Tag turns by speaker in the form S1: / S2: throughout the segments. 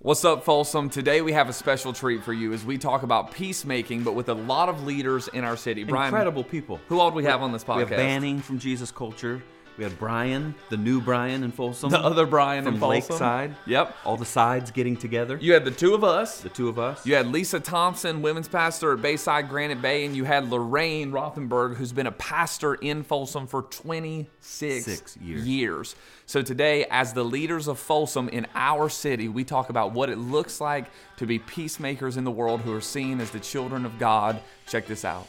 S1: What's up, Folsom? Today we have a special treat for you as we talk about peacemaking, but with a lot of leaders in our city. Brian,
S2: Incredible people.
S1: who all do we have on this
S2: We have
S1: podcast?
S2: Banning from Jesus Culture. We had Brian, the new Brian in Folsom.
S1: the other Brian
S2: from
S1: in Folsom.
S2: Lakeside.
S1: Yep.
S2: All the sides getting together.
S1: You had the two of us.
S2: the two of us.
S1: You had Lisa Thompson, women's pastor at Bayside Granite Bay, and you had Lorraine Rothenberg, who's been a pastor in Folsom for 26
S2: Six years.
S1: years. So today, as the leaders of Folsom in our city, we talk about what it looks like to be peacemakers in the world who are seen as the children of God. Check this out.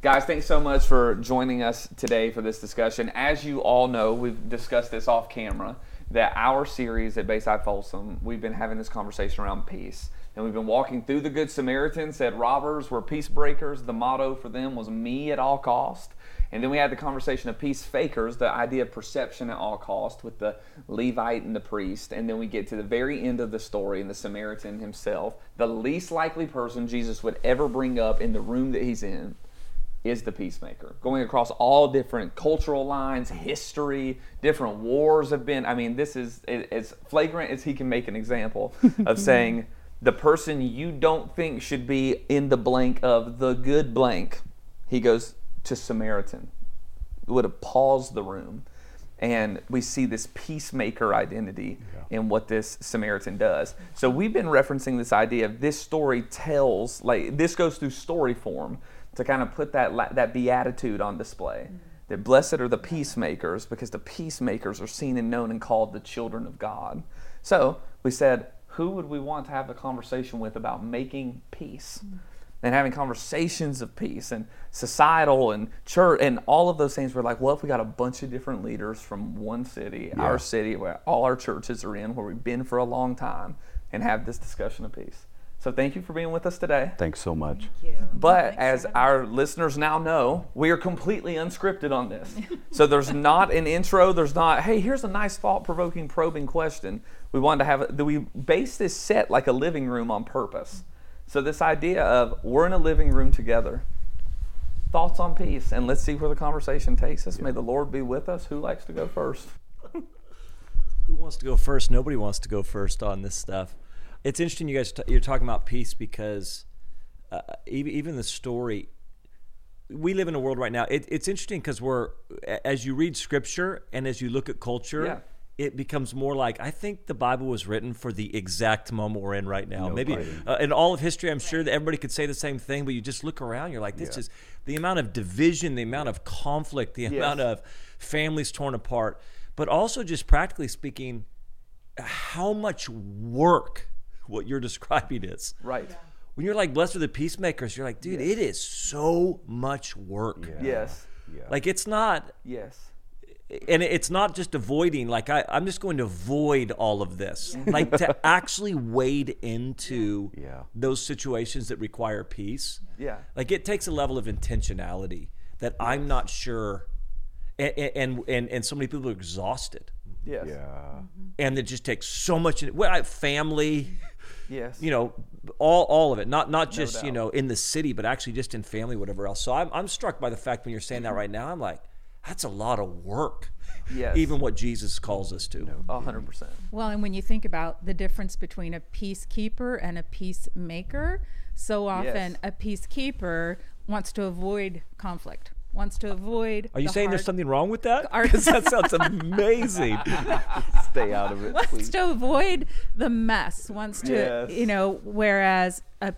S1: Guys, thanks so much for joining us today for this discussion. As you all know, we've discussed this off camera that our series at Bayside Folsom, we've been having this conversation around peace. And we've been walking through the Good Samaritan, said robbers were peace breakers. The motto for them was me at all cost. And then we had the conversation of peace fakers, the idea of perception at all cost with the Levite and the priest. And then we get to the very end of the story and the Samaritan himself, the least likely person Jesus would ever bring up in the room that he's in is the peacemaker. Going across all different cultural lines, history, different wars have been. I mean, this is it- as flagrant as he can make an example of saying the person you don't think should be in the blank of the good blank. He goes to Samaritan. Would have paused the room. And we see this peacemaker identity in what this Samaritan does. So we've been referencing this idea of this story tells, like this goes through story form to kind of put that la- that beatitude on display. That blessed are the peacemakers because the peacemakers are seen and known and called the children of God. So we said, who would we want to have the conversation with about making peace? and having conversations of peace and societal and church and all of those things. We're like, well, if we got a bunch of different leaders from one city, our city, where all our churches are in, where we've been for a long time, and have this discussion of peace. So thank you for being with us today.
S3: Thanks so much.
S1: But as our listeners now know, we are completely unscripted on this. so there's not an intro. There's not, hey, here's a nice thought-provoking, probing question. We wanted to have. We base this set like a living room on purpose. So this idea of we're in a living room together. Thoughts on peace, and let's see where the conversation takes us. May the Lord be with us. Who likes to go first?
S4: Who wants to go first? Nobody wants to go first on this stuff. It's interesting you guys t- you're talking about peace because uh, ev- even the story we live in a world right now. It, it's interesting because we're a- as you read scripture and as you look at culture.
S1: Yeah.
S4: It becomes more like I think the Bible was written for the exact moment we're in right now. Maybe
S3: fighting.
S4: uh, in all of history, I'm sure that everybody could say the same thing, but you just look around, you're like, this is the amount of division, the amount of conflict, the amount of families torn apart, but also just practically speaking, how much work what you're describing is.
S1: Right.
S4: When you're like blessed with the peacemakers, you're like, dude, it is so much work.
S1: Yes.
S4: Like it's not
S1: Yes.
S4: and it's not just avoiding like I, i'm just going to avoid all of this like to actually wade into
S3: Yeah.
S4: those situations that require peace
S1: Yeah.
S4: like it takes a level of intentionality that i'm not sure and and and, and so many people are exhausted
S1: Yes.
S3: Yeah.
S4: and it just takes so much well I- family
S1: Yes.
S4: you know all all of it not not just you
S1: doubt.
S4: know in the city but actually just in family whatever else so I'm, I'm struck by the fact when you're saying
S3: Mm-hmm.
S4: that right now i'm like that's a lot of work
S1: Yes.
S4: even what jesus calls us to
S1: A hundred percent.
S5: Well, and when you think about the difference between a peacekeeper and a peacemaker, so often a peacekeeper wants to avoid conflict, wants to avoid.
S4: are you
S5: the
S4: saying there's
S5: hard-
S4: something wrong with that
S5: Are-
S4: because that sounds amazing
S3: Stay out of it,
S5: wants to avoid the mess wants to you know whereas a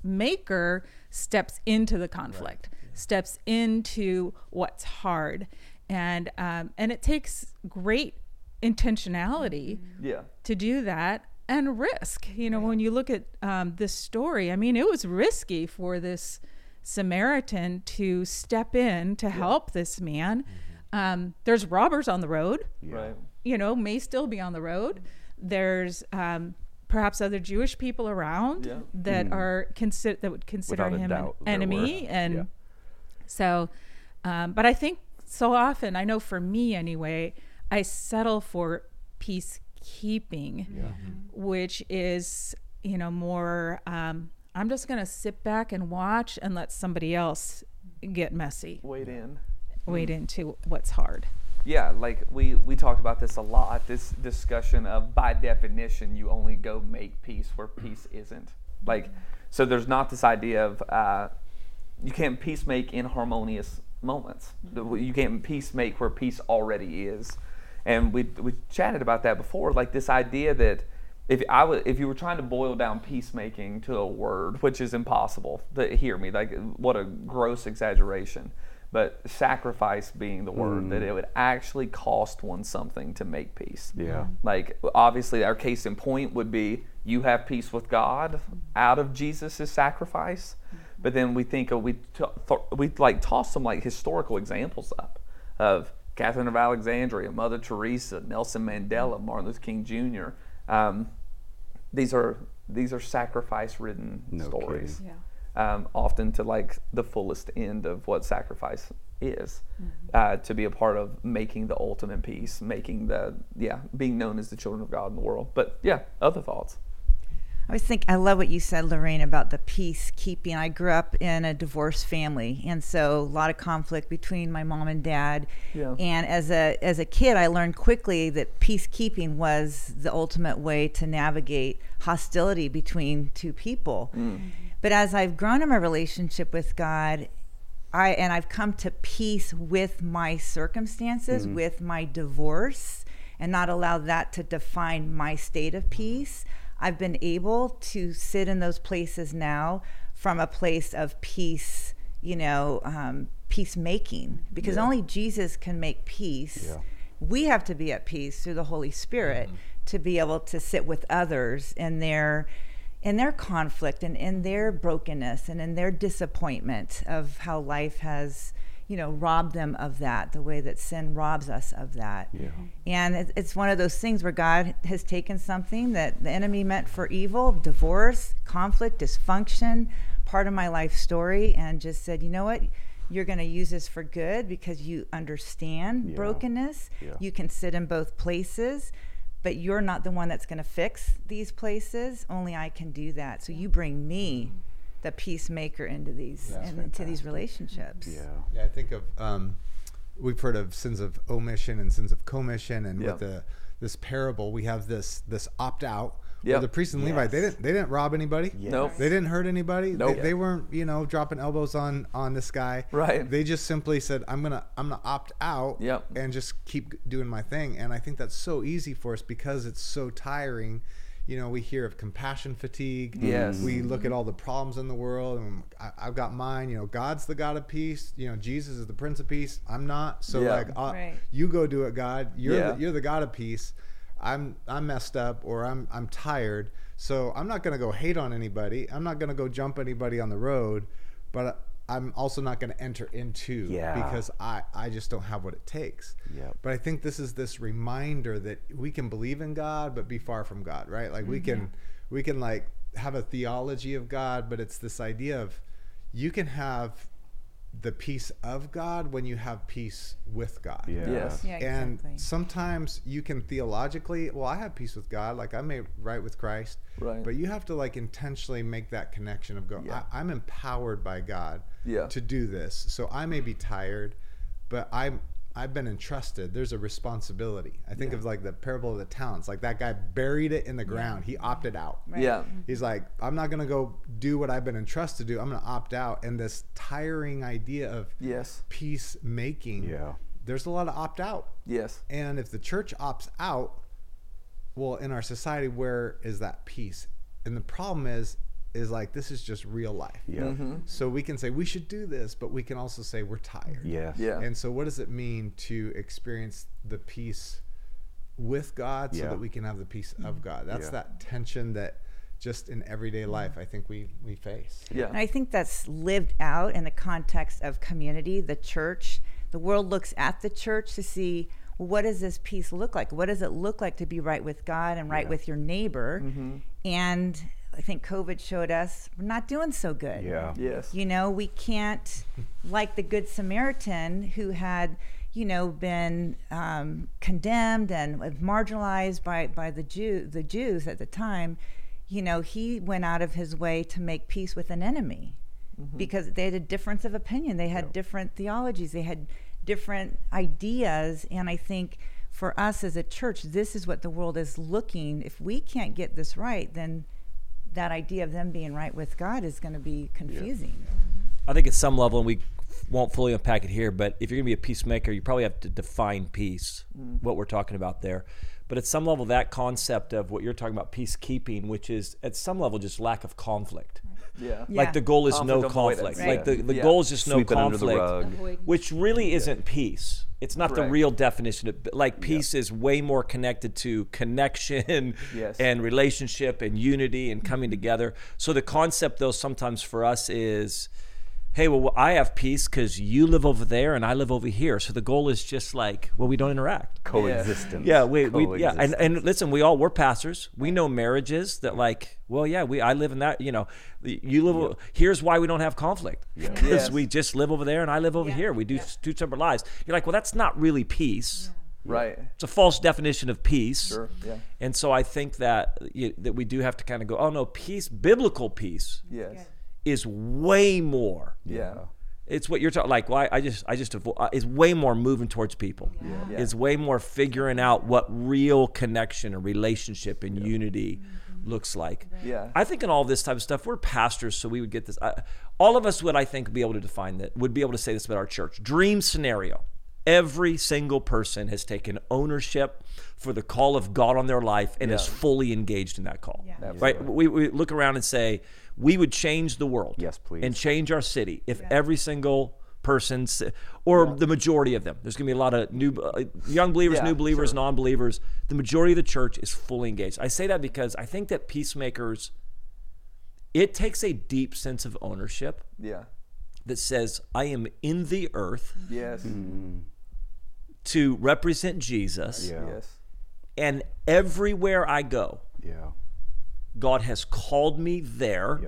S5: peacemaker steps into the conflict steps into what's hard and um, and it takes great intentionality
S4: Mm-hmm.
S1: Yeah.
S5: to do that and risk. You know, when you look at um, this story, I mean, it was risky for this Samaritan to step in to help this man. Um, there's robbers on the road,
S1: Right.
S5: you know, may still be on the road. There's um, perhaps other Jewish people around
S1: Yeah.
S5: that are consider that would consider
S3: Hmm. Without a
S5: him
S3: doubt,
S5: an
S3: there were.
S5: enemy, and
S3: Yeah.
S5: so. Um, but I think so often, I know for me anyway, I settle for
S3: Mm-hmm.
S5: peacekeeping, which is you know more um, I'm just going to sit back and watch and let somebody else get messy,
S1: Wait in.
S5: wade into what's hard.
S1: Yeah, like we we talked about this a lot. This discussion of by definition, you only go make peace where peace isn't. Like, so there's not this idea of uh, you can't peace make in harmonious moments. The- You can't peace make where peace already is. And we we chatted about that before. Like this idea that if I was, if you were trying to boil down peacemaking to a word, which is impossible, to hear me, like what a gross exaggeration. But sacrifice being the word that it would actually cost one something to make peace.
S3: Yeah.
S1: Like obviously, our case in point would be you have peace with God out of Jesus' sacrifice. But then we think of, we t- th- we like toss some like historical examples up of Catherine of Alexandria, Mother Teresa, Nelson Mandela,
S3: Mm.
S1: Martin Luther King Jr. Um, these are these are sacrifice-ridden
S3: No
S1: stories,
S5: kidding.
S1: um, often to like the fullest end of what sacrifice is,
S6: Mm-hmm.
S1: uh, to be a part of making the ultimate peace, making the yeah, being known as the children of God in the world. But yeah, other thoughts.
S6: I was thinking, I love what you said, Lorraine, about the peacekeeping. I grew up in a divorced family, and so a lot of conflict between my mom and dad.
S1: Yeah.
S6: And as a as a kid, I learned quickly that peacekeeping was the ultimate way to navigate hostility between two people. But as I've grown in my relationship with God, I and I've come to peace with my circumstances, with my divorce, and not allow that to define my state of peace. I've been able to sit in those places now from a place of peace, you know, um, peacemaking, because only Jesus can make peace.
S3: Yeah.
S6: We have to be at peace through the Holy Spirit to be able to sit with others in their in their conflict and in their brokenness and in their disappointment of how life has you know robbed them of that the way that sin robs us of that
S3: Yeah.
S6: and it- it's one of those things where god has taken something that the enemy meant for evil divorce conflict dysfunction part of my life story and just said you know what you're going to use this for good because you understand
S3: Yeah.
S6: brokenness
S3: Yeah.
S6: you can sit in both places but you're not the one that's going to fix these places. Only I can do that. So you bring me, the peacemaker, into these
S7: That's
S6: and into these relationships.
S3: Yeah.
S7: Yeah, I think of um, we've heard of sins of omission and sins of commission, and with
S1: Yeah.
S7: the this parable, we have this this opt out.
S1: Yeah.
S7: where The priest and Levite, they didn't they didn't rob anybody.
S1: Nope.
S7: They didn't hurt anybody.
S1: Nope.
S7: They, they weren't, you know, dropping elbows on on this guy.
S1: Right.
S7: They just simply said, "I'm gonna, I'm gonna opt out,
S1: Yep.
S7: and just keep doing my thing." And I think that's so easy for us because it's so tiring. You know, we hear of compassion fatigue.
S1: Yes.
S7: We look at all the problems in the world, and I, I've got mine. You know, God's the God of peace. You know, Jesus is the Prince of peace. I'm not. So
S1: Yeah.
S7: like, uh,
S6: Right.
S7: you go do it, God. You're
S1: Yeah.
S7: the, you're the God of peace. I'm I'm messed up or I'm I'm tired. So I'm not gonna go hate on anybody. I'm not gonna go jump anybody on the road, but I'm also not gonna enter into
S3: Yeah.
S7: because I I just don't have what it takes.
S3: Yep.
S7: But I think this is this reminder that we can believe in God but be far from God, right? Like we can we can like have a theology of God, but it's this idea of you can have the peace of God when you have peace with God.
S3: Yeah.
S1: Yes.
S6: Yeah,
S7: And
S6: exactly.
S7: sometimes you can theologically, well, I have peace with God, like I'm made right with Christ.
S1: Right.
S7: But you have to like intentionally make that connection of go,
S1: Yeah.
S7: I, I'm empowered by God
S1: Yeah.
S7: to do this. So I may be tired, but I'm I've been entrusted. There's a responsibility. I think of like the parable of the talents. Like that guy buried it in the ground. He opted out.
S1: Yeah.
S6: Mm-hmm. Mm.
S7: He's like, I'm not gonna go do what I've been entrusted to do. I'm gonna opt out. And this tiring idea of
S1: Yes.
S7: peacemaking.
S3: Yeah.
S7: There's a lot of opt out.
S1: Yes.
S7: And if the church opts out, well, in our society, where is that peace? And the problem is, is like this is just real life.
S3: Yeah.
S5: Mm-hmm.
S4: Mm-hmm.
S7: So we can say we should do this, but we can also say we're tired.
S3: Yes.
S1: Yeah.
S7: And so, what does it mean to experience the peace with God so
S3: Yeah.
S7: that we can have the peace of God? That's
S3: Yeah.
S7: that tension that just in everyday life, I think we we face.
S6: And
S1: Yeah.
S6: I think that's lived out in the context of community, the church. The world looks at the church to see well, what does this peace look like? What does it look like to be right with God and right with your neighbor? And I think COVID showed us we're not doing so good.
S3: Yeah.
S1: Yes.
S6: You know, we can't, like the Good Samaritan who had, you know, been um, condemned and marginalized by, by the Jew, the Jews at the time. you know, he went out of his way to make peace with an enemy because they had a difference of opinion. They had different theologies. They had different ideas. And I think for us as a church, this is what the world is looking. If we can't get this right, then that idea of them being right with God is going to be confusing.
S4: I think at some level, and we f- won't fully unpack it here, but if you're going to be a peacemaker, you probably have to define peace,
S1: Mm-hmm.
S4: what we're talking about there. But at some level, that concept of what you're talking about, peacekeeping, which is at some level just lack of conflict.
S1: Yeah.
S4: Like the goal is no
S1: Conflict
S4: conflict.
S1: avoidance,
S4: Like the,
S1: yeah.
S4: the
S1: Yeah.
S4: goal is just no
S3: Sweep it under
S4: conflict
S3: the rug.
S4: which really isn't peace. It's not the
S1: Correct.
S4: real definition. Of, like peace is way more connected to connection
S1: Yes.
S4: and relationship and unity and coming together. So the concept, though, sometimes for us is, hey, well, I have peace because you live over there and I live over here. So the goal is just like, well, we don't interact.
S3: Coexistence.
S4: Yeah, we, we yeah, and,
S3: Coexistence.
S4: and listen, we all we're pastors. We know marriages that like, well, yeah, we I live in that, you know, you live. o- Here's why we don't have conflict because
S1: Yes.
S4: we just live over there and I live over here. We do s- two separate lives. You're like, well, that's not really peace.
S1: Right.
S4: It's a false definition of peace.
S1: Sure. Yeah.
S4: And so I think that you, that we do have to kind of go, oh no, peace, biblical peace
S1: Yes.
S4: is way more.
S1: Yeah.
S4: It's what you're talking. Like, why I just, I just avo- uh, It's way more moving towards people.
S1: Yeah.
S4: It's way more figuring out what real connection and relationship and unity looks like.
S1: Yeah.
S4: I think in all this type of stuff, we're pastors, so we would get this. I, all of us would, I think, be able to define that. Would be able to say this about our church. Dream scenario: Every single person has taken ownership for the call of God on their life and is fully engaged in that call. Right? We, we look around and say, we would change the world.
S3: Yes, please.
S4: And change our city if every single person s- or the majority of them there's going to be a lot of new uh, young believers
S1: Yeah,
S4: new believers non-believers the majority of the church is fully engaged i say that because i think that peacemakers it takes a deep sense of ownership
S1: Yeah.
S4: that says i am in the earth
S1: Yes.
S3: Mm,
S4: to represent jesus
S3: Yeah.
S1: Yes.
S4: and everywhere i go
S3: Yeah.
S4: god has called me there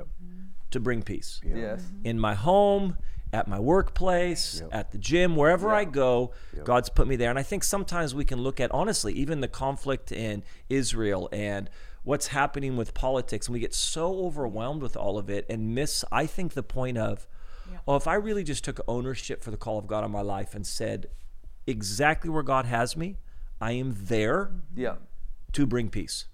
S4: to bring peace
S1: Yes.
S4: in my home, at my workplace, at the gym, wherever I go, God's put me there. And I think sometimes we can look at, honestly, even the conflict in Israel and what's happening with politics, and we get so overwhelmed with all of it and miss, I think, the point of, oh, if I really just took ownership for the call of God on my life and said, exactly where God has me, I am there
S1: Yeah.
S4: to bring peace.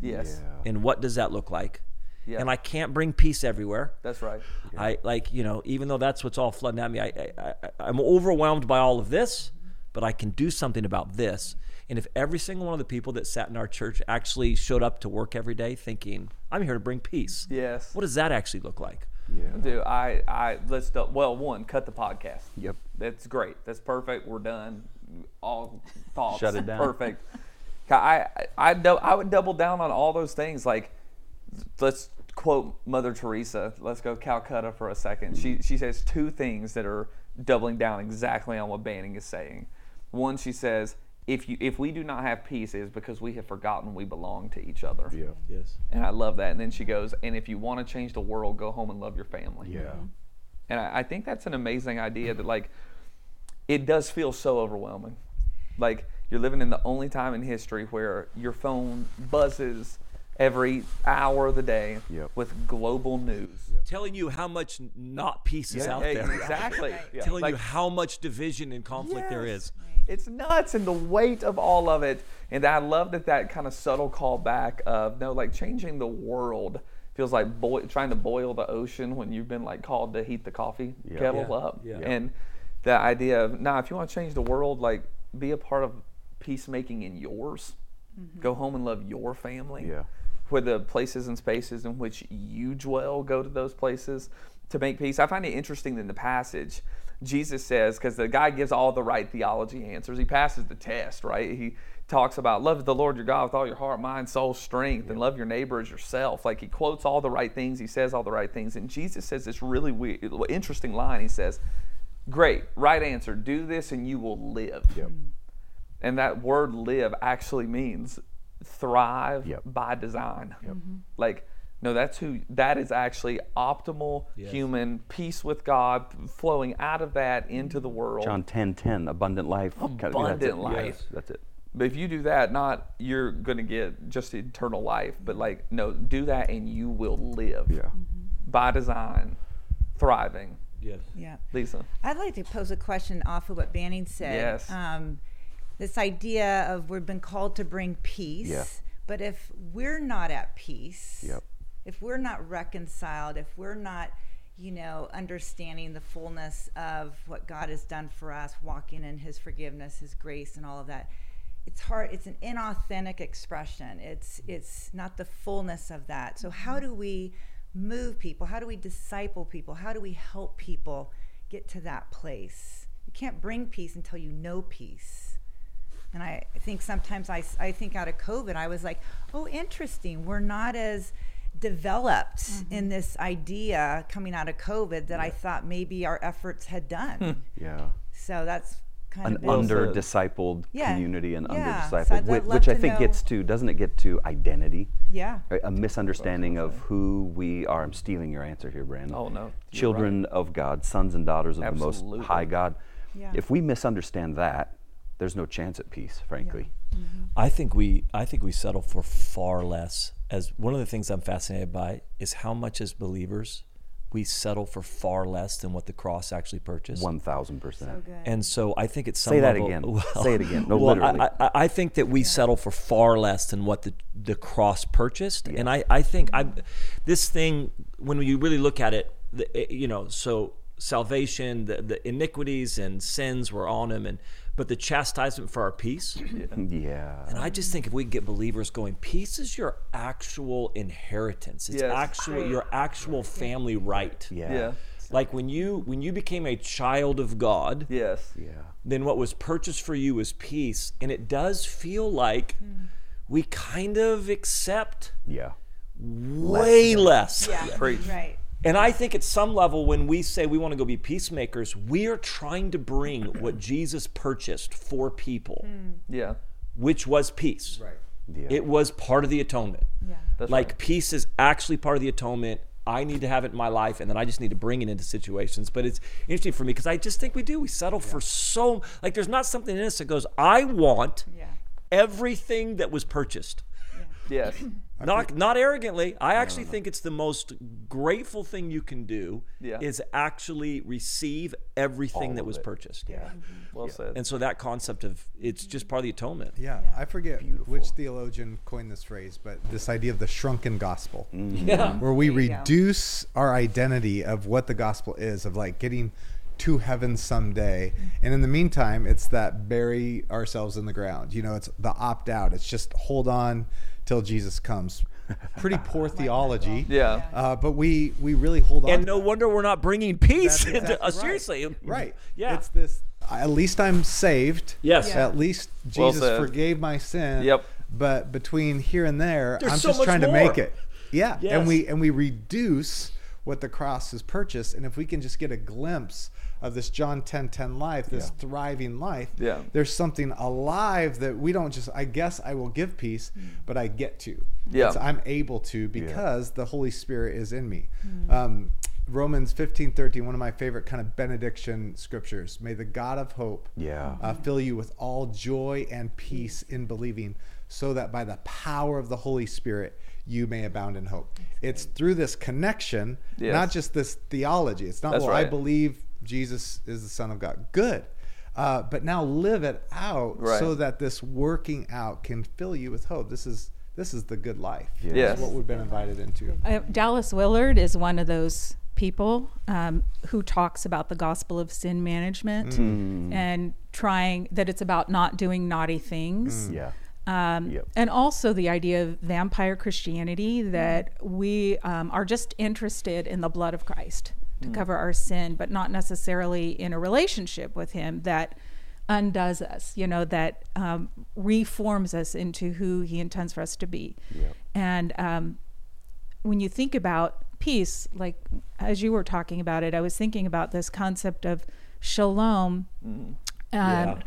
S1: Yes.
S3: Yeah.
S4: And what does that look like?
S1: Yeah.
S4: And I can't bring peace everywhere.
S1: That's right.
S4: I like you know, even though that's what's all flooding at me, I, I, I I'm overwhelmed by all of this, but I can do something about this. And if every single one of the people that sat in our church actually showed up to work every day thinking, "I'm here to bring peace,"
S1: Yes.
S4: what does that actually look like?
S1: Do I? I let's do, well one cut the podcast.
S3: Yep.
S1: That's great. That's perfect. We're done. All thoughts.
S3: Shut it down.
S1: Perfect. I I I, dou- I would double down on all those things. Like let's quote Mother Teresa. Let's go Calcutta for a second. She she says two things that are doubling down exactly on what Banning is saying. One, she says. If, you, if we do not have peace, it is because we have forgotten we belong to each other.
S3: Yeah.
S4: Yes.
S1: And I love that. And then she goes, and if you want to change the world, go home and love your family.
S3: Yeah.
S4: Mm-hmm.
S1: And I, I think that's an amazing idea that, like, it does feel so overwhelming. Like, you're living in the only time in history where your phone buzzes every hour of the day
S3: Yep.
S1: with global news.
S4: Telling you how much not peace is out
S1: Yeah,
S4: there.
S1: Exactly. Yeah.
S4: Telling
S1: Like,
S4: you how much division and conflict there
S1: Yes.
S4: is.
S1: it's nuts and the weight of all of it and i love that that kind of subtle callback of no like changing the world feels like boi- trying to boil the ocean when you've been like called to heat the coffee kettle
S4: Yeah.
S1: up
S4: Yeah.
S1: and the idea of nah if you want to change the world like be a part of peacemaking in yours
S4: Mm-hmm.
S1: go home and love your family
S3: Yeah.
S1: where the places and spaces in which you dwell go to those places to make peace. I find it interesting in the passage. Jesus says, because the guy gives all the right theology answers, he passes the test, right? He talks about love the Lord your God with all your heart, mind, soul, strength, and love your neighbor as yourself. Like he quotes all the right things, he says all the right things. And Jesus says this really weird, interesting line. He says, Great, right answer. Do this and you will live.
S3: Yep.
S1: And that word live actually means thrive
S3: Yep.
S1: by design. Like, no, that's who, that is actually optimal human peace with God flowing out of that into the world.
S3: John 10, 10, abundant life. Kinda- that's
S1: Abundant
S3: it.
S1: life.
S3: Yes, that's it.
S1: But if you do that, not you're gonna get just eternal life, but like no, do that and you will live.
S3: Mm-hmm. Yeah.
S1: By design, thriving.
S4: Yeah.
S6: Yeah.
S1: Lisa.
S6: I'd like to pose a question off of what Banning said.
S1: Yes.
S6: Um, this idea of we've been called to bring peace,
S3: Yeah.
S6: but if we're not at peace,
S3: Yep.
S6: if we're not reconciled, if we're not, you know, understanding the fullness of what God has done for us, walking in His forgiveness, His grace, and all of that, it's hard. It's an inauthentic expression. It's it's not the fullness of that. So
S3: Mm-hmm.
S6: how do we move people? How do we disciple people? How do we help people get to that place? You can't bring peace until you know peace. And I think sometimes I, s- I think out of COVID, I was like, oh, interesting. We're not as developed in this idea coming out of COVID that I thought maybe our efforts had done.
S3: Yeah.
S6: so that's kind
S3: An
S6: of been-
S3: under discipled
S6: Yeah.
S3: community and under
S6: Yeah, so
S3: discipled,
S6: I'd
S3: which,
S6: love
S3: which I
S6: to
S3: think
S6: know-
S3: gets to, doesn't it get to identity?
S6: Yeah.
S3: A- A misunderstanding of who we are. I'm stealing your answer here, Brandon.
S1: Oh, no. You're
S3: Children of God, sons and daughters of the
S1: Absolutely.
S3: Most High God.
S6: Yeah.
S3: If we misunderstand that, there's no chance at peace, frankly.
S4: I think we I think we settle for far less. As one of the things I'm fascinated by is how much as believers we settle for far less than what the cross actually purchased.
S3: 1,000%.
S4: And so I think it's some
S3: Say that
S4: level-
S3: again.
S4: well-
S3: Say it again. No,
S4: well, I-
S3: literally.
S4: I, I, I think that we settle for far less than what the the cross purchased, and I I think I this thing when you really look at it, the, it- you know, so salvation, the, the iniquities and sins were on him, and but the chastisement for our peace.
S3: yeah.
S4: And I just think if we get believers going, peace is your actual inheritance. It's
S1: Yes.
S4: actual your actual family right.
S3: Yeah.
S1: Yeah.
S4: Like when you when you became a child of God,
S1: Yes.
S3: Yeah.
S4: then what was purchased for you is peace. And it does feel like we kind of accept
S3: Yeah.
S4: way less.
S6: Yeah.
S1: Preach.
S6: Right.
S4: And I think at some level, when we say we want to go be peacemakers, we are trying to bring what Jesus purchased for people,
S1: Yeah.
S4: which was peace.
S7: Right.
S3: Yeah.
S4: It was part of the atonement.
S6: Yeah.
S1: That's
S4: like peace is actually part of the atonement. I need to have it in my life, and then I just need to bring it into situations. But it's interesting for me because I just think we do. We settle for so like there's not something in us that goes, I want
S6: Yeah.
S4: everything that was purchased.
S1: Yes.
S4: Not not arrogantly. I actually think it's the most grateful thing you can do
S1: Yeah.
S4: is actually receive everything that was purchased. Yeah.
S6: Mm-hmm.
S1: Well said.
S4: And so that concept of it's just part of the atonement.
S7: Yeah, I forget which theologian coined this phrase, but this idea of the shrunken gospel,
S4: Mm. Yeah.
S7: where we
S6: you go.
S7: reduce our identity of what the gospel is, of like getting to heaven someday. And in the meantime, it's that bury ourselves in the ground. You know, it's the opt out, it's just hold on till Jesus comes. Pretty poor theology.
S1: Yeah.
S7: Uh, but we, we really hold on.
S4: And
S7: to
S4: no
S7: that.
S4: wonder we're not bringing peace
S7: That's
S4: into
S7: exactly
S4: us.
S7: right.
S4: Seriously.
S7: Right.
S4: Yeah.
S7: It's this. At least I'm saved.
S4: Yes. Yeah.
S7: At least
S1: Well
S7: Jesus
S1: said.
S7: forgave my sin.
S1: Yep.
S7: But between here and there,
S4: There's
S7: I'm
S4: so
S7: just
S4: much
S7: trying to
S4: more.
S7: make it. Yeah.
S4: Yes.
S7: And we and we reduce what the cross has purchased, and if we can just get a glimpse of this John 10, 10 life, this thriving life,
S1: Yeah.
S7: there's something alive that we don't just. I guess I will give peace,
S4: Mm.
S7: but I get to.
S1: Yeah.
S7: It's- I'm able to because the Holy Spirit is in me. Um, Romans 15, 13, one of my favorite kind of benediction scriptures. May the God of hope
S3: Yeah.
S7: uh, fill you with all joy and peace in believing, so that by the power of the Holy Spirit you may abound in hope. It's through this connection,
S1: Yes.
S7: not just this theology. It's not,
S1: That's
S7: well, I
S1: right.
S7: believe Jesus is the Son of God. Good. Uh, but now live it out so
S1: Right.
S7: that this working out can fill you with hope. This is this is the good life. This is
S1: Yes.
S7: what we've been invited into.
S5: Uh, Dallas Willard is one of those people um, who talks about the gospel of sin management and trying that it's about not doing naughty things.
S1: Hmm,
S3: Yeah.
S5: Um,
S3: Yep.
S5: And also the idea of vampire Christianity that we um, are just interested in the blood of Christ to cover our sin, but not necessarily in a relationship with Him that undoes us, you know, that um, reforms us into who He intends for us to be. And um, when you think about peace, like as you were talking about it, I was thinking about this concept of shalom um,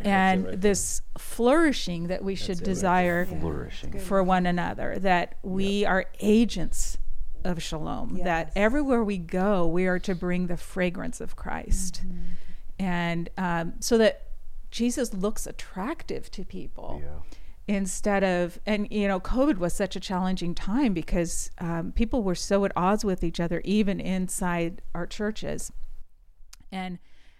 S5: and this flourishing that we should desire
S3: Flourishing.
S5: for one another, that we are agents of shalom, that everywhere we go, we are to bring the fragrance of Christ. And um, so that Jesus looks attractive to people.
S3: Yeah.
S5: instead of and you know covid was such a challenging time because um, people were so at odds with each other even inside our churches and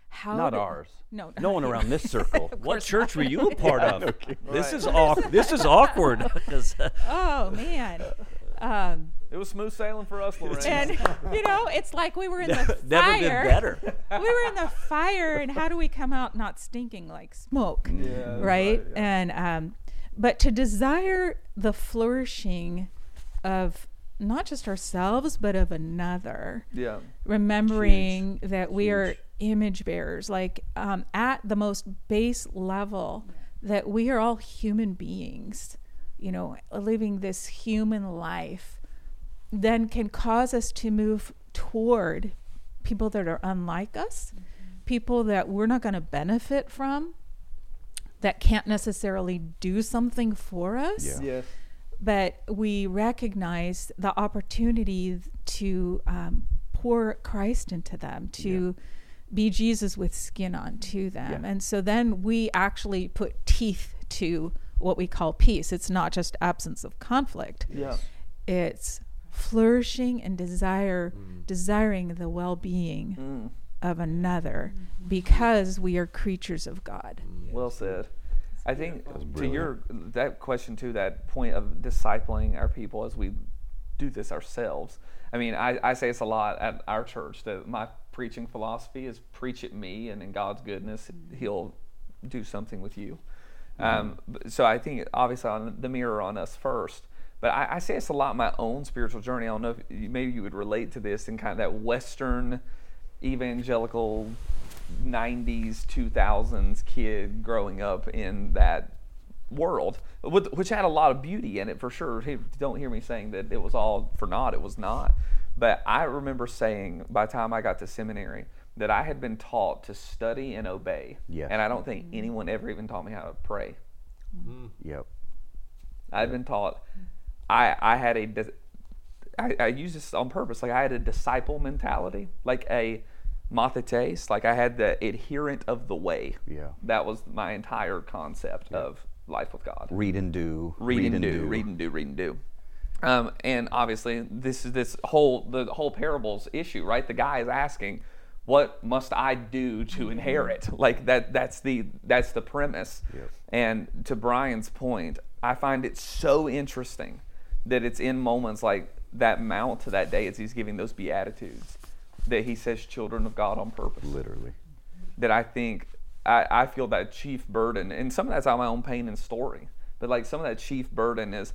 S5: how
S2: Not
S5: did-
S2: ours.
S5: no
S4: No one around this circle. what
S5: course
S4: church were you a part of? This is awkward. This is awkward. 'Cause, uh,
S5: oh man um,
S1: It was smooth sailing for us, Lorraine.
S5: and you know it's like we were in the
S4: never
S5: fire
S4: been better.
S5: we were in the fire and how do we come out not stinking like smoke right and um but to desire the flourishing of not just ourselves but of another
S1: yeah.
S5: remembering that we are image bearers like um, at the most base level that we are all human beings you know living this human life then can cause us to move toward people that are unlike us people that we're not going to benefit from that can't necessarily do something for us
S3: Yeah.
S1: Yes.
S5: but we recognize the opportunity to um, pour Christ into them, to be Jesus with skin on to them. And so then we actually put teeth to what we call peace. It's not just absence of conflict,
S1: Yeah.
S5: it's flourishing and desire, desiring the well being of another because we are creatures of God.
S1: Well said. I think to your that question too, that point of discipling our people as we do this ourselves. I mean, I, I say it's a lot at our church that my preaching philosophy is preach at me, and in God's goodness, He'll do something with you. Um, but- so I think obviously on the mirror on us first. But I, I say it's a lot in my own spiritual journey. I don't know if you, maybe you would relate to this in kind of that Western evangelical 90s 2000s kid growing up in that world with- which had a lot of beauty in it for sure Hey, don't hear me saying that it was all for naught it was not but i remember saying by the time i got to seminary that i had been taught to study and obey
S3: Yes.
S1: and i don't think anyone ever even taught me how to pray
S3: Yep.
S1: I'd been taught. I I had a. dis- I, I use this on purpose. Like I had a disciple mentality, like a mathetes. Like I had the adherent of the way.
S3: Yeah.
S1: That was my entire concept of life with God
S3: Read and do.
S1: read, and, do, read and do, read and do. Um, and obviously, this is this whole the whole parables issue, right? The guy is asking, "What must I do to inherit?" Like that. That's the that's the premise. And to Brian's point, I find it so interesting that it's in moments like that mount to that day as he's giving those beatitudes that he says, "Children of God on purpose."
S3: Literally.
S1: that I think I, I feel that chief burden, and some of that's out of my own pain and story, but like some of that chief burden is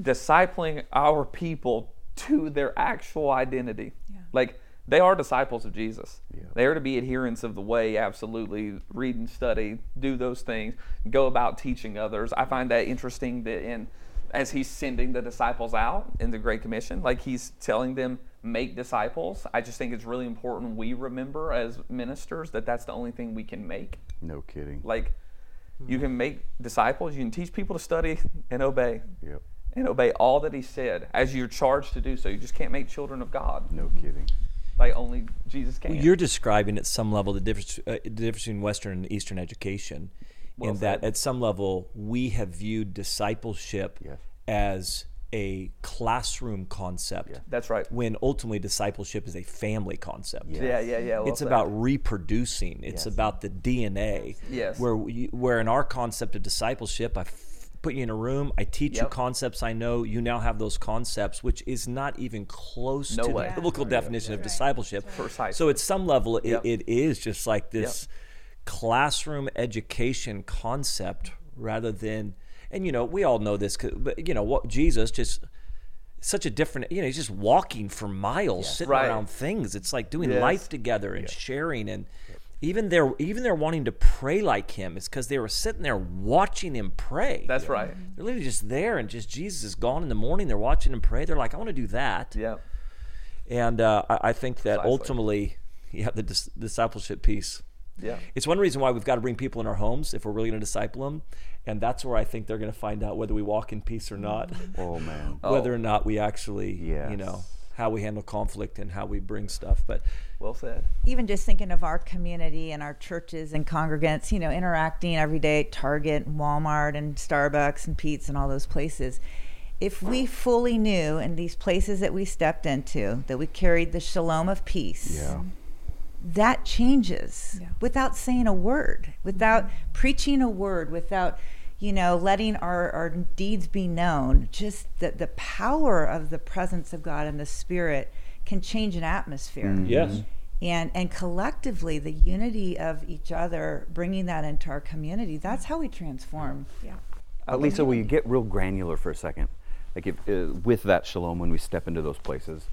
S1: discipling our people to their actual identity. Like they are disciples of Jesus. They are to be adherents of the way, absolutely. Read and study, do those things, go about teaching others. I find that interesting that in as he's sending the disciples out in the Great Commission, like he's telling them, make disciples. I just think it's really important we remember as ministers that that's the only thing we can make.
S3: No kidding.
S1: Like, you
S3: Hmm.
S1: can make disciples, you can teach people to study and obey,
S3: Yep.
S1: and obey all that he said as you're charged to do so. You just can't make children of God.
S3: No kidding.
S1: Like, only Jesus can.
S4: Well, you're describing at some level the difference, uh, the difference between Western and Eastern education, in that
S1: said.
S4: at some level we have viewed discipleship
S3: Yes.
S4: as a classroom concept.
S1: That's right.
S4: When ultimately discipleship is a family concept.
S1: Yeah, yeah, yeah. well
S4: it's
S1: said.
S4: about reproducing. It's about the DNA.
S1: Yes.
S4: Where we, where in our concept of discipleship, I f- put you in a room, I teach you
S1: Yep.
S4: concepts I know. You now have those concepts, which is not even close
S1: No
S4: to
S1: way.
S4: the biblical definition of discipleship. So
S1: Precisely.
S4: at some level, it,
S1: Yep.
S4: it is just like this classroom education concept rather than, and you know, we all know this, 'cause- but you know what Jesus just. Such a different, you know, he's just walking for miles, sitting
S1: Right.
S4: around things. It's like doing
S1: Yes.
S4: life together and sharing and even their even their wanting to pray like him is because they were sitting there watching him pray.
S1: That's right.
S4: They're literally just there and just Jesus is gone in the morning. They're watching him pray. They're like, I want to do that.
S1: Yeah.
S4: And uh, I, I think that
S1: Precisely.
S4: ultimately, yeah, the dis- discipleship piece.
S1: Yeah.
S4: It's one reason why we've got to bring people in our homes if we're really going to disciple them. And that's where I think they're going to find out whether we walk in peace or not,
S3: Oh man.
S4: whether or not we actually, you
S3: Yes.
S4: know, how we handle conflict and how we bring stuff. But
S1: Well said.
S6: even just thinking of our community and our churches and congregants, you know, interacting every day at Target and Walmart and Starbucks and Pete's and all those places. If we fully knew in these places that we stepped into that we carried the shalom of peace,
S3: Yeah.
S6: that changes
S5: Yeah.
S6: without saying a word, without preaching a word, without you know letting our, our deeds be known. Just the, the power of the presence of God and the Spirit can change an atmosphere
S1: Mm-hmm.
S4: yes,
S6: and and collectively the unity of each other bringing that into our community that's how we transform
S5: Yeah.
S3: Uh, Lisa, will you get real granular for a second? Like if, uh, with that shalom, when we step into those places,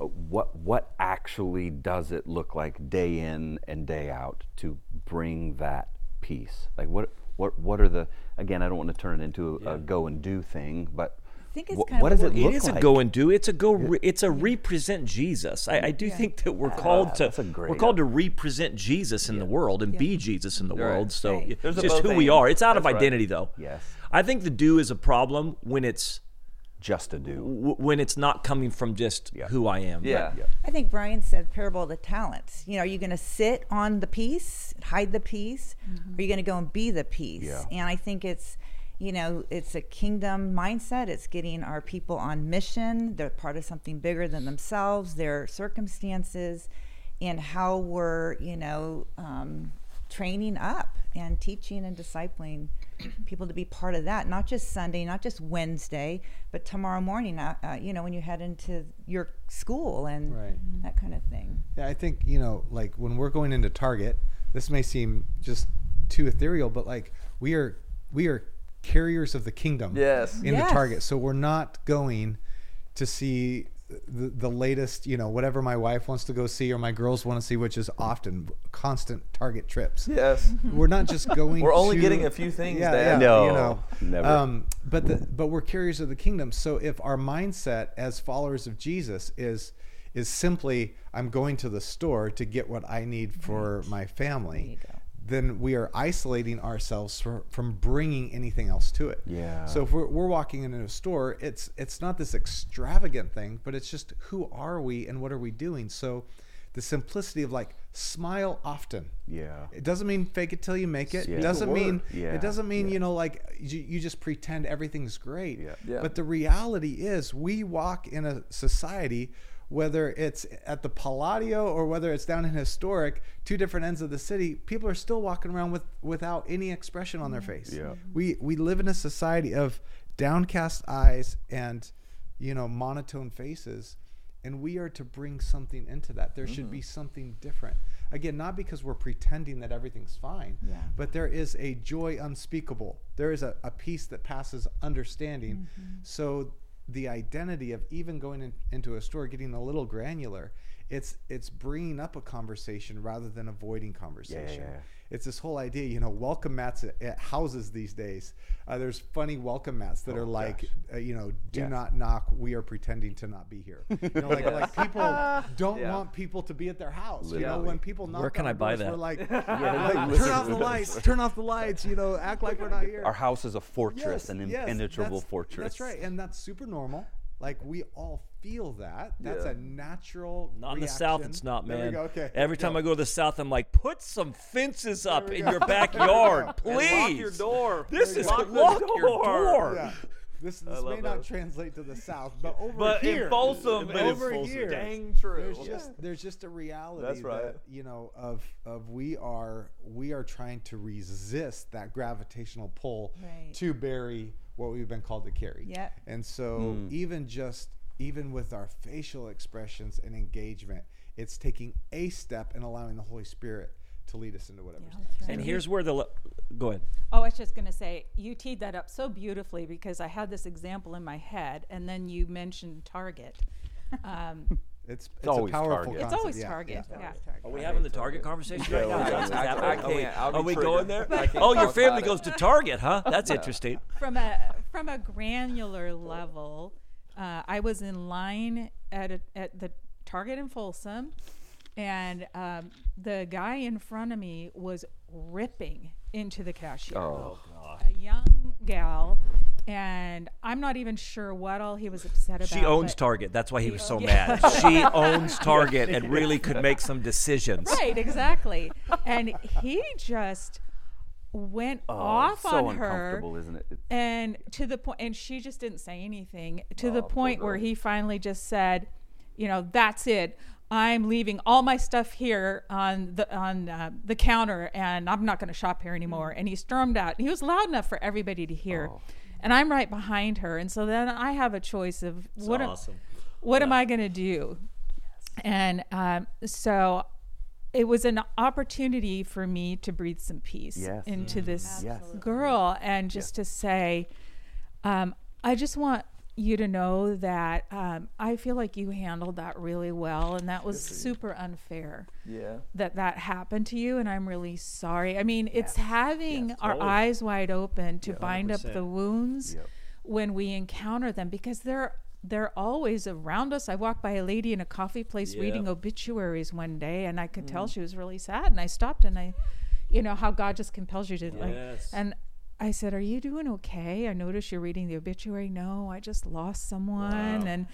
S3: uh, what what actually does it look like day in and day out to bring that peace? Like what what what are the again? I don't want to turn it into a, a go and do thing, but
S6: think it's
S3: wh-
S6: kind of
S3: what does
S6: what
S3: it
S6: we-
S3: look
S4: it is
S3: like?
S4: a go and do. It's a go. Re, it's a represent Jesus. I, I do think that we're called to.
S3: that's a great-
S4: we're called to represent Jesus in the world and be Jesus in the world. So
S6: Right.
S4: it's
S1: There's a
S4: just
S1: both
S4: who we
S1: and.
S4: are. It's out of
S1: That's right.
S4: identity, though.
S3: Yes.
S4: I think the do is a problem when it's
S3: just to do.
S4: w- when it's not coming from just
S3: Yeah.
S4: who I am.
S1: Yeah.
S3: Yeah.
S6: i think brian said parable of the talents you know are you going to sit on the piece hide the piece or are you going to go and be the piece
S3: Yeah.
S6: and i think it's you know it's a kingdom mindset it's getting our people on mission they're part of something bigger than themselves their circumstances and how we're you know um, training up and teaching and discipling people to be part of that not just sunday not just wednesday but tomorrow morning uh, uh, you know when you head into your school and
S7: Right.
S6: that kind of thing
S7: Yeah, I think you know, like when we're going into Target, this may seem just too ethereal, but like we are we are carriers of the kingdom.
S1: Yes.
S7: In
S6: Yes.
S7: the Target, so we're not going to see the, the latest, you know, whatever my wife wants to go see or my girls want to see, which is often constant Target trips.
S1: Yes.
S7: Mm-hmm. We're not just going.
S1: We're only
S7: to-
S1: getting a few things
S7: Yeah,
S1: there.
S7: yeah,
S3: No,
S7: you know.
S3: never.
S7: Um, but the, but we're carriers of the kingdom. So if our mindset as followers of Jesus is is simply I'm going to the store to get what I need for my family, then we are isolating ourselves from, from bringing anything else to it.
S3: Yeah.
S7: So if we're, we're walking into a store, it's it's not this extravagant thing, but it's just who are we and what are we doing? So the simplicity of like smile often.
S3: Yeah.
S7: It doesn't mean fake it till you make it.
S3: Speak
S7: It
S3: the
S7: doesn't mean
S3: word. Yeah.
S7: it doesn't mean you know like you, you just pretend everything's great.
S3: Yeah.
S1: Yeah.
S7: But the reality is we walk in a society whether it's at the Palladio or whether it's down in historic, two different ends of the city, people are still walking around with without any expression on their face.
S3: Yeah.
S7: We we live in a society of downcast eyes and you know monotone faces and we are to bring something into that there should
S3: Mm-hmm.
S7: be something different again not because we're pretending that everything's fine but there is a joy unspeakable there is a, a peace that passes understanding
S3: Mm-hmm.
S7: so the identity of even going in, into a store getting a little granular it's it's bringing up a conversation rather than avoiding conversation
S3: yeah.
S7: it's this whole idea, you know, welcome mats at, at houses these days. Uh, there's funny welcome mats
S4: Oh,
S7: that are like, uh, you know, do
S3: Yes.
S7: not knock. We are pretending to not be here. You know, like, like people don't
S1: Yeah.
S7: want people to be at their house. You
S3: Literally.
S7: know, when people knock,
S4: Where can
S7: on
S4: I
S7: the
S4: buy
S7: doors,
S4: that?
S7: We're like, like, turn off the lights. Turn off the lights. You know, act like we're not here.
S3: Our house is a fortress,
S7: Yes,
S3: an
S7: yes,
S3: impenetrable
S7: that's-
S3: fortress.
S7: That's right, and that's super normal. Like we all feel that. That's
S1: Yeah.
S7: a natural.
S4: Not in the South,
S7: reaction.
S4: it's not, man.
S7: There we go. Okay.
S4: Every time I go to the South, I'm like, put some fences up in your backyard, please.
S1: And lock your door.
S4: This is
S1: lock
S4: lock,
S1: the
S4: your door.
S7: Yeah. This, this may
S1: love
S7: not
S1: those.
S7: translate to the South, but over
S1: But
S7: here,
S1: in Folsom,
S7: but in
S1: over
S7: Folsom.
S1: here, dang
S7: dang
S1: true.
S7: there's just there's just a reality
S1: That's right.
S7: that you know of of we are we are trying to resist that gravitational pull
S6: Right.
S7: to bury what we've been called to carry.
S6: Yep.
S7: And so
S1: Hmm.
S7: even just even with our facial expressions and engagement, it's taking a step and allowing the Holy Spirit to lead us into whatever's next.
S4: And here's where the le- go ahead.
S5: Oh, I was just going to say, you teed that up so beautifully because I had this example in my head, and then you mentioned Target. Um,
S7: It's, it's,
S3: always
S7: a powerful
S3: Target.
S5: it's
S7: concept.
S5: always
S7: yeah,
S5: Target.
S7: yeah.
S5: Yeah.
S4: Are we having the Target conversation right now?
S1: yeah,
S4: Is that what's
S1: I- I
S4: happening? Are we-
S1: can't. I'll be
S4: Are we
S1: triggered.
S4: going there?
S1: I can't
S4: Oh, your
S1: talk
S4: family
S1: about it.
S4: goes to Target, huh? That's interesting.
S5: from a from a granular level, uh, I was in line at a, at the Target in Folsom, and um, the guy in front of me was ripping into the cashier,
S3: Oh.
S5: a young gal, and I'm not even sure what all he was upset about.
S4: She owns
S5: but-
S4: Target. That's why he was so mad. She owns Target and really could make some decisions.
S5: Right, exactly. and he just went off
S3: Oh, so
S5: on her.
S3: uncomfortable, isn't it? It-
S5: And to the point, and she just didn't say anything. To the point where he finally just said, "You know, that's it. I'm leaving all my stuff here on the on uh, the counter, and I'm not going to shop here anymore." And he stormed out. He was loud enough for everybody to hear. And I'm right behind her, and so then I have a choice of what am-
S4: awesome.
S5: what am I going to do? And um, so it was an opportunity for me to breathe some peace
S3: Yes.
S5: into this
S3: Yes.
S5: girl and just to say, um, I just want you to know that um, I feel like you handled that really well, and that was super unfair
S1: Yeah.
S5: that that happened to you and i'm really sorry i mean it's having our eyes wide open to bind up the wounds when we encounter them because they're they're always around us i walked by a lady in a coffee place reading obituaries one day and i could
S3: Mm.
S5: tell she was really sad and i stopped and i you know how god just compels you to like
S4: Yes.
S5: and I said, "Are you doing okay? I noticed you're reading the obituary. No, I just lost someone, and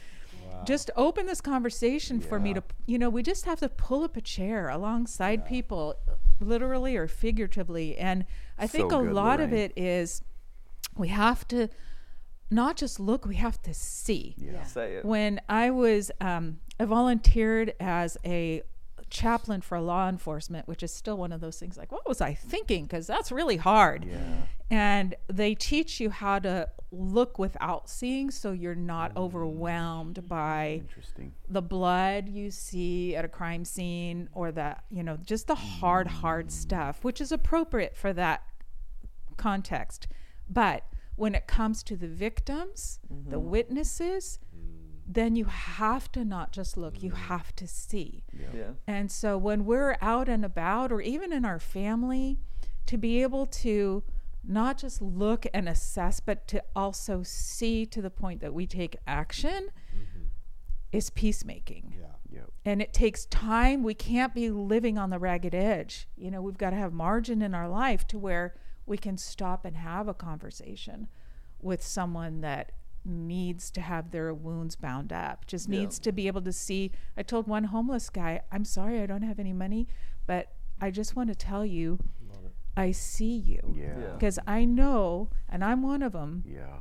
S5: just open this conversation for me to, you know, we just have to pull up a chair alongside people, literally or figuratively. And I think
S3: So
S5: a
S3: good,
S5: lot of
S3: Lorraine.
S5: it is we have to not just look, we have to see.
S1: Say it.
S5: When I was, um, I volunteered as a chaplain for law enforcement, which is still one of those things like, what was I thinking? Because that's really hard. And they teach you how to look without seeing so you're not overwhelmed by
S3: Interesting.
S5: the blood you see at a crime scene or the, you know, just the hard, hard stuff, which is appropriate for that context. But when it comes to the victims, the witnesses, then you have to not just look, you have to see.
S1: Yeah.
S5: And so when we're out and about, or even in our family, to be able to not just look and assess, but to also see to the point that we take action is peacemaking.
S7: Yeah.
S5: And it takes time. We can't be living on the ragged edge. You know, we've got to have margin in our life to where we can stop and have a conversation with someone that needs to have their wounds bound up, just needs to be able to see. I told one homeless guy, I'm sorry, I don't have any money, but I just want to tell you, I see you.
S3: Yeah.
S5: Because I know, and I'm one of them,
S3: Yeah.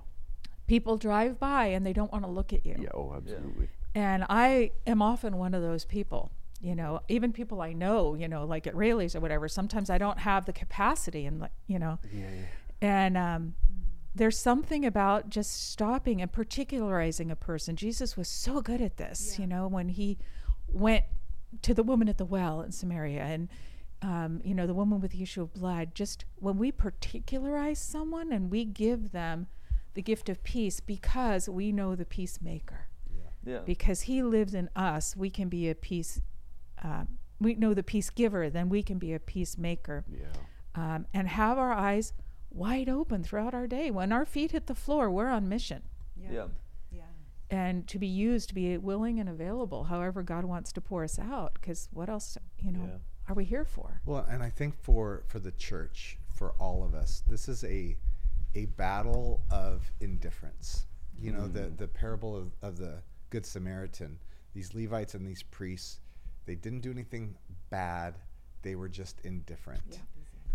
S5: people drive by and they don't want to look at you.
S3: Yeah. Oh, absolutely.
S5: And I am often one of those people, you know, even people I know, you know, like at rallies or whatever, sometimes I don't have the capacity and like, you know, and um, there's something about just stopping and particularizing a person. Jesus was so good at this, you know, when he went to the woman at the well in Samaria and, um, you know, the woman with the issue of blood. Just when we particularize someone and we give them the gift of peace because we know the peacemaker
S1: Yeah.
S5: because he lives in us we can be a peace um, we know the peace giver then we can be a peacemaker um, and have our eyes wide open throughout our day when our feet hit the floor we're on mission
S1: yeah.
S5: and to be used to be willing and available however god wants to pour us out because what else you know are we here for
S7: Well, and I think for for the church, for all of us, this is a a battle of indifference. You know,
S1: Mm.
S7: the the parable of, of the Good Samaritan, these Levites and these priests, they didn't do anything bad. They were just indifferent.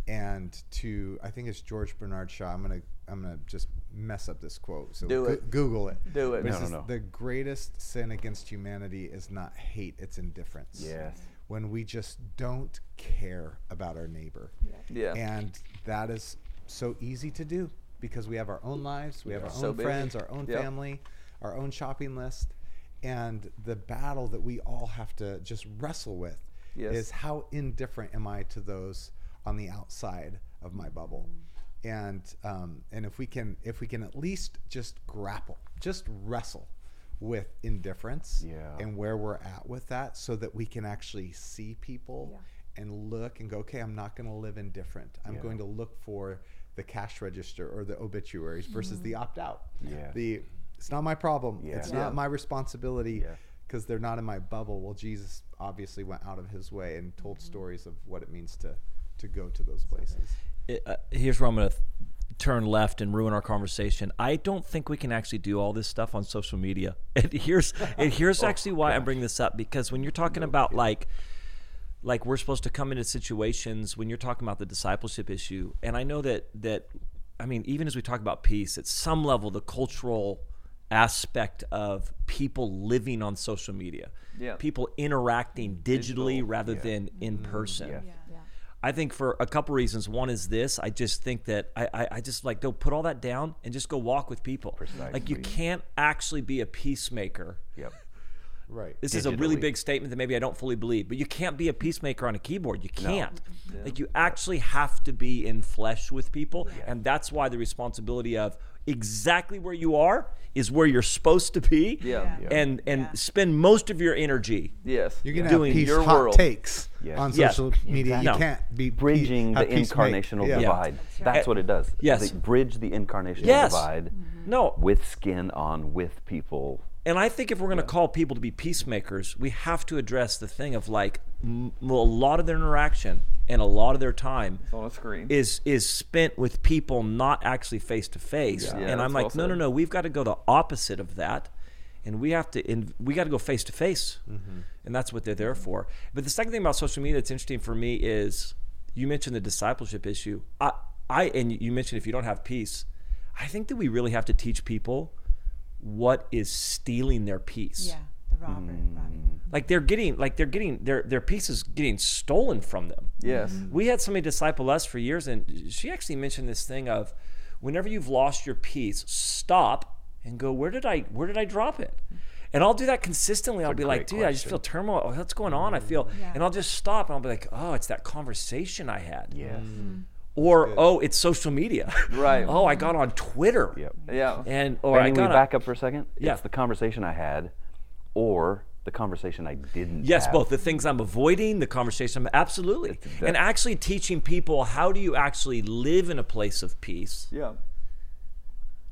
S7: And to I think it's George Bernard Shaw. I'm gonna I'm gonna just mess up this quote. So
S1: Do
S7: goo-
S1: it.
S7: Google it.
S1: Do it.
S7: But it
S1: No,
S7: says,
S3: no, no.
S7: The greatest sin against humanity is not hate; it's indifference
S3: Yes.
S7: when we just don't care about our neighbor.
S1: Yeah.
S7: And that is so easy to do because we have our own lives, we have our
S1: So
S7: own
S1: busy.
S7: friends, our own
S1: Yep.
S7: family, our own shopping list. And the battle that we all have to just wrestle with
S1: Yes.
S7: is how indifferent am I to those on the outside of my bubble? And um, and if we can if we can at least just grapple, just wrestle with indifference
S3: Yeah.
S7: and where we're at with that so that we can actually see people and look and go, okay, I'm not going to live indifferent. I'm going to look for the cash register or the obituaries versus the opt out.
S3: Yeah.
S7: The it's not my problem. It's
S3: Mm-hmm. Yeah.
S7: not my responsibility
S3: Yeah.
S7: because they're not in my bubble. Well, Jesus obviously went out of his way
S3: Mm-hmm.
S7: and told stories of what it means to to go to those places.
S4: It, uh, here's where I'm going to turn left and ruin our conversation. I don't think we can actually do all this stuff on social media. And here's and here's actually why I bring this up because when you're talking about like like we're supposed to come into situations when you're talking about the discipleship issue and I know that that I mean even as we talk about peace at some level the cultural aspect of people living on social media.
S1: Yeah.
S4: People interacting digitally rather than in person. I think for a couple reasons. One is this: I just think that I, I, I just like go put all that down and just go walk with people. Like you can't actually be a peacemaker.
S3: Yep.
S7: Right.
S4: This is a really
S3: Digitally.
S4: big statement that maybe I don't fully believe, but you can't be a peacemaker on a keyboard. You can't. Like you actually have to be in flesh with people, and that's why the responsibility of exactly where you are is where you're supposed to be.
S1: Yeah. Yeah.
S4: And and spend most of your energy.
S1: Yes.
S7: You're gonna
S4: Doing
S7: have peace
S1: your
S7: hot
S1: world.
S7: takes
S3: Yes.
S7: on
S4: Yeah.
S7: social media. You
S4: Exactly.
S7: can't be
S3: Bridging the incarnational
S7: divide.
S3: divide. That's, what it does.
S4: Yes.
S3: They bridge the incarnational
S4: Yes.
S3: divide
S4: No.
S3: with skin on, with people.
S4: And I think if we're going to call people to be peacemakers, we have to address the thing of like m- a lot of their interaction and a lot of their time
S1: on a screen.
S4: is is spent with people not actually face to face.
S1: Yeah,
S4: And I'm
S1: that's
S4: like,
S1: well
S4: no, no,
S1: said.
S4: no, we've got to go the opposite of that, and we have to in, we got to go face to face,
S1: Mm-hmm.
S4: and that's what they're there for. But the second thing about social media that's interesting for me is you mentioned the discipleship issue. I I and you mentioned if you don't have peace, I think that we really have to teach people what is stealing their peace.
S6: Yeah, the robber. robber.
S4: Like they're getting like they're getting their their peace is getting stolen from them.
S1: yes.
S4: We had somebody disciple us for years, and she actually mentioned this thing of whenever you've lost your peace, stop and go, where did I where did I drop it? And I'll do that consistently. I'll be like, dude, I just feel turmoil. Oh, what's going
S3: Mm.
S4: on? I feel, and I'll just stop and I'll be like, oh, it's that conversation I had.
S3: Yes.
S4: Mm. Or, oh, it's social media.
S1: Right.
S4: oh, I got on Twitter.
S3: Yep.
S1: Yeah.
S4: And, or I
S3: Right, Can
S4: got
S3: we
S4: on-
S3: back up for a second?
S4: Yeah.
S3: It's the conversation I had or the conversation I didn't
S4: Yes,
S3: have.
S4: both the things I'm avoiding, the conversation, absolutely, and actually teaching people how do you actually live in a place of peace,
S1: yeah.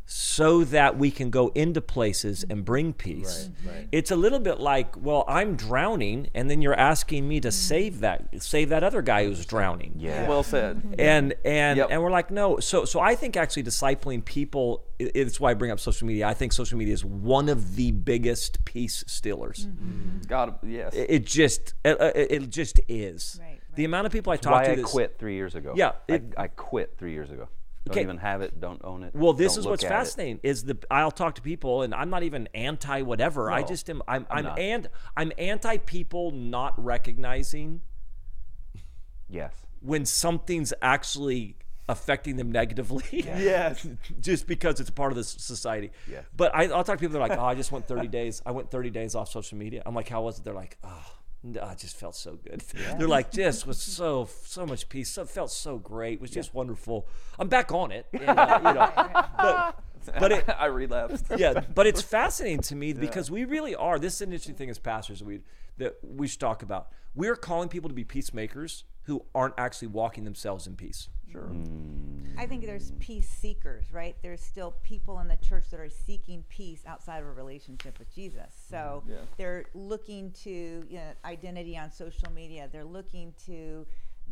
S4: so that we can go into places and bring peace. It's a little bit like, well, I'm drowning, and then you're asking me to save that, save that other guy who's drowning.
S3: Yeah.
S1: Well said.
S4: And and
S1: Yep.
S4: and we're like, no. So so I think actually discipling people. i- It's why I bring up social media. I think social media is one of the biggest peace stealers.
S3: Mm-hmm.
S1: God. Yes.
S4: It- It just it, it it just is.
S6: Right,
S4: The amount of people I talk
S3: why
S4: to.
S3: I
S4: that's-
S3: quit three years ago.
S4: Yeah,
S3: I,
S4: it-
S3: I quit three years ago. Don't
S4: Okay.
S3: even have it. Don't own it.
S4: Well, this
S3: don't
S4: is
S3: look
S4: what's
S3: at it.
S4: fascinating is the I'll talk to people and I'm not even anti whatever. I just am I'm I'm,
S3: not.
S4: and I'm anti people not recognizing
S3: Yes.
S4: when something's actually affecting them negatively.
S1: Yes.
S4: just because it's a part of this society.
S3: Yeah.
S4: But I, I'll talk to people. They're like, "Oh, I just went 30 days. I went 30 days off social media." I'm like, "How was it?" They're like, "Oh, no, I just felt so good." They're like, "This was so so much peace. So felt so great. It was just wonderful. I'm back on it." And, uh, you know, but but it,
S1: I relapsed.
S4: yeah, but it's fascinating to me because we really are. This is an interesting thing as pastors that we that we should talk about. We're calling people to be peacemakers who aren't actually walking themselves in peace.
S1: Sure.
S6: I think there's peace seekers, right? There's still people in the church that are seeking peace outside of a relationship with Jesus. So
S1: Yeah.
S6: they're looking to you know, identity on social media. They're looking to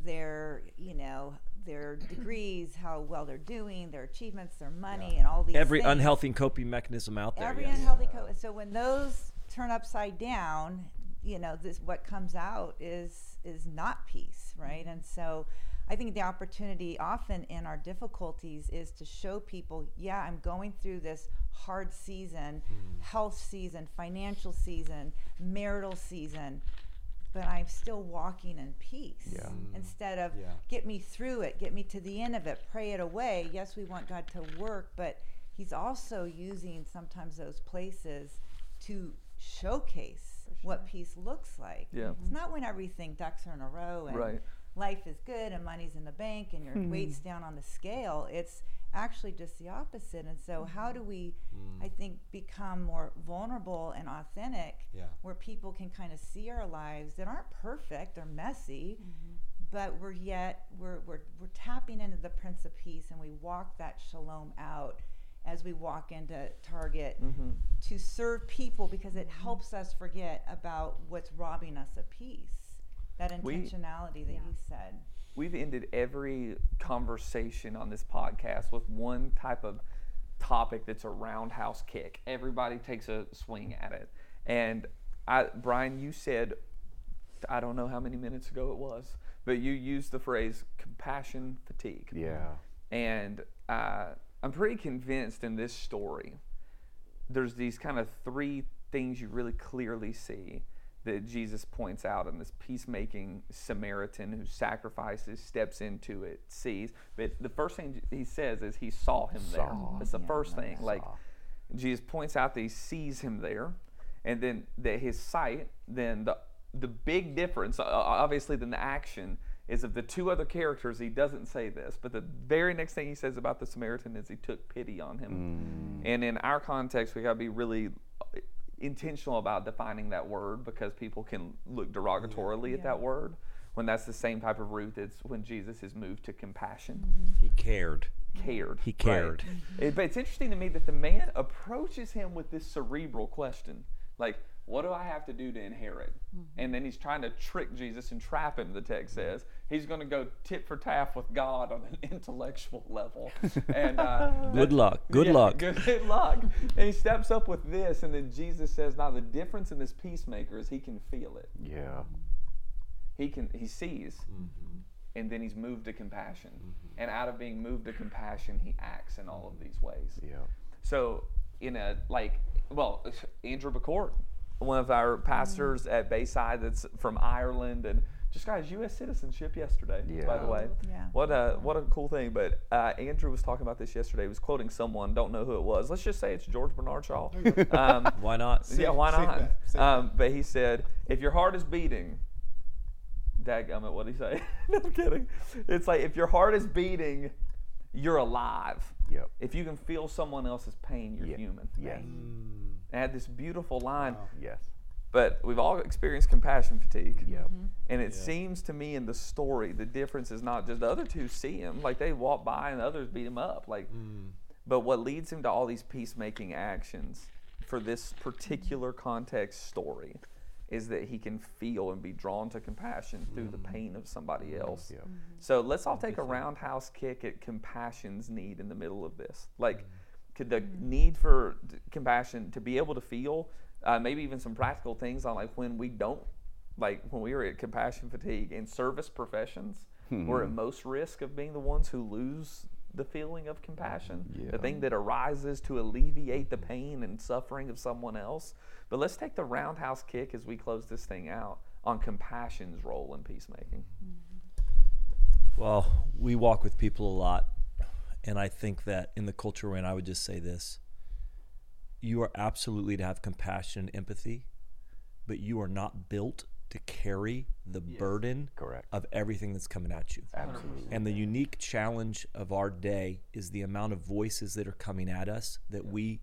S6: their, you know, their degrees, how well they're doing, their achievements, their money, and all these
S4: Every
S6: things.
S4: unhealthy coping mechanism out there.
S6: every
S4: yes.
S6: unhealthy co- so when those turn upside down you know this what comes out is is not peace right and so i think the opportunity often in our difficulties is to show people yeah i'm going through this hard season
S4: Hmm.
S6: health season financial season marital season but i'm still walking in peace yeah. instead of
S7: Yeah.
S6: get me through it get me to the end of it pray it away yes we want god to work but he's also using sometimes those places to showcase what peace looks like
S1: Yeah.
S6: it's not when everything ducks are in a row and
S1: Right.
S6: life is good and money's in the bank and your weight's down on the scale it's actually just the opposite and so how do we i think become more vulnerable and authentic
S7: Yeah.
S6: where people can kind of see our lives that aren't perfect or messy but we're yet we're, we're we're tapping into the prince of peace and we walk that shalom out as we walk into target to serve people because it helps us forget about what's robbing us of peace that
S1: We-
S6: intentionality that you said
S1: we've ended every conversation on this podcast with one type of topic that's a roundhouse kick. Everybody takes a swing at it. And I, Brian, you said, I don't know how many minutes ago it was, but you used the phrase compassion fatigue.
S3: Yeah.
S1: And uh, I'm pretty convinced in this story, there's these kind of three things you really clearly see that Jesus points out in this peacemaking Samaritan who sacrifices, steps into it, sees. But the first thing he says is he saw him
S3: Saw.
S1: there. It's the
S6: Yeah,
S1: first
S6: I
S1: thing. Like Jesus points out that he sees him there, and then that his sight. Then the the big difference, uh, obviously, than the action is of the two other characters. He doesn't say this, but the very next thing he says about the Samaritan is he took pity on him. And in our context, we got to be really uh, intentional about defining that word because people can look derogatorily at that word when that's the same type of root that's when Jesus is moved to compassion
S4: He cared.
S1: cared.
S4: He cared.
S1: Right. Mm-hmm. It- but it's interesting to me that the man approaches him with this cerebral question, like, "What do I have to do to inherit?" And then he's trying to trick Jesus and trap him. The text says he's going to go tit for tat with God on an intellectual level. And uh,
S4: Good luck. Good
S1: yeah,
S4: luck.
S1: Good, good luck. And he steps up with this, and then Jesus says, "Now the difference in this peacemaker is he can feel it.
S3: Yeah.
S1: He can. He sees."
S3: Mm-hmm.
S1: And then he's moved to compassion. And out of being moved to compassion, he acts in all of these ways.
S3: Yeah.
S1: So in a like, well, Andrew Bacourt, one of our pastors at Bayside, that's from Ireland, and just got his U.S. citizenship yesterday. By the
S3: Yeah.
S1: way,
S6: Yeah.
S1: What a what a cool thing. But uh, Andrew was talking about this yesterday. He was quoting someone. Don't know who it was. Let's just say it's George Bernard Shaw. Um,
S4: Why not?
S1: yeah, why
S7: save
S1: not?
S7: that, save
S1: Um, but he said, if your heart is beating, dadgummit, what'd he say? no, I'm kidding. It's like, if your heart is beating, you're alive.
S3: Yep.
S1: If you can feel someone else's pain, you're
S3: Yeah.
S1: human.
S3: Yes.
S1: I had this beautiful line,
S3: Yes.
S1: Mm. but we've all experienced compassion fatigue.
S3: Yep.
S1: And it seems to me in the story, the difference is not just the other two see him, like they walk by and the others beat him up. Like, but what leads him to all these peacemaking actions for this particular context story is that he can feel and be drawn to compassion through the pain of somebody else.
S3: Yep.
S1: So let's all take a roundhouse kick at compassion's need in the middle of this. Like, could the need for d- compassion to be able to feel, uh, maybe even some practical things on like when we don't, like when we are at compassion fatigue in service professions, we're at most risk of being the ones who lose the feeling of compassion, the
S3: Yeah.
S1: thing that arises to alleviate the pain and suffering of someone else. But let's take the roundhouse kick as we close this thing out on compassion's role in peacemaking.
S4: Well, we walk with people a lot, and I think that in the culture we're in, I would just say this: you are absolutely to have compassion and empathy, but you are not built to carry the burden
S3: Correct.
S4: of everything that's coming at you.
S3: Absolutely.
S4: And the unique challenge of our day is the amount of voices that are coming at us that we.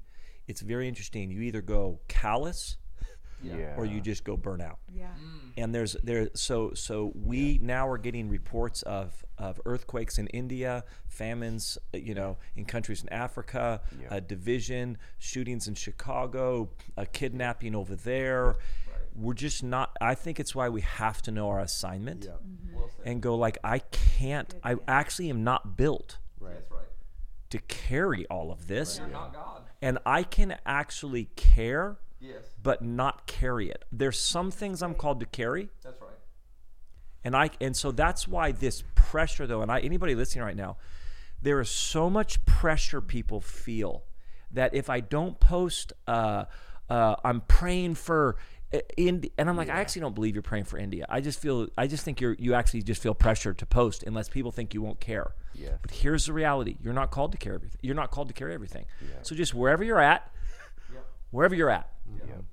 S4: It's very interesting. You either go callous
S3: Yeah.
S4: or you just go burn out
S5: Yeah.
S4: and there's there so so we now are getting reports of of earthquakes in India, famines, uh, you know, in countries in Africa,
S3: Yeah.
S4: uh, division, shootings in Chicago, a kidnapping over there. We're just not. I think it's why we have to know our assignment
S7: Yeah.
S4: and go like, I can't. I actually am not built
S7: Right.
S1: right.
S4: to carry all of this,
S1: Not God.
S4: and I can actually care,
S1: Yes.
S4: but not carry it. There's some things I'm called to carry.
S1: That's right.
S4: And I and so that's why this pressure though, and I anybody listening right now, there is so much pressure people feel that if I don't post, uh, uh, I'm praying for. uh, Ind- and I'm like, I actually don't believe you're praying for India. I just feel, I just think you're, you actually just feel pressure to post unless people think you won't care.
S3: Yes.
S4: But here's the reality: you're not called to carry everything. You're not called to carry everything. So just wherever you're at, wherever you're at,
S3: Yep.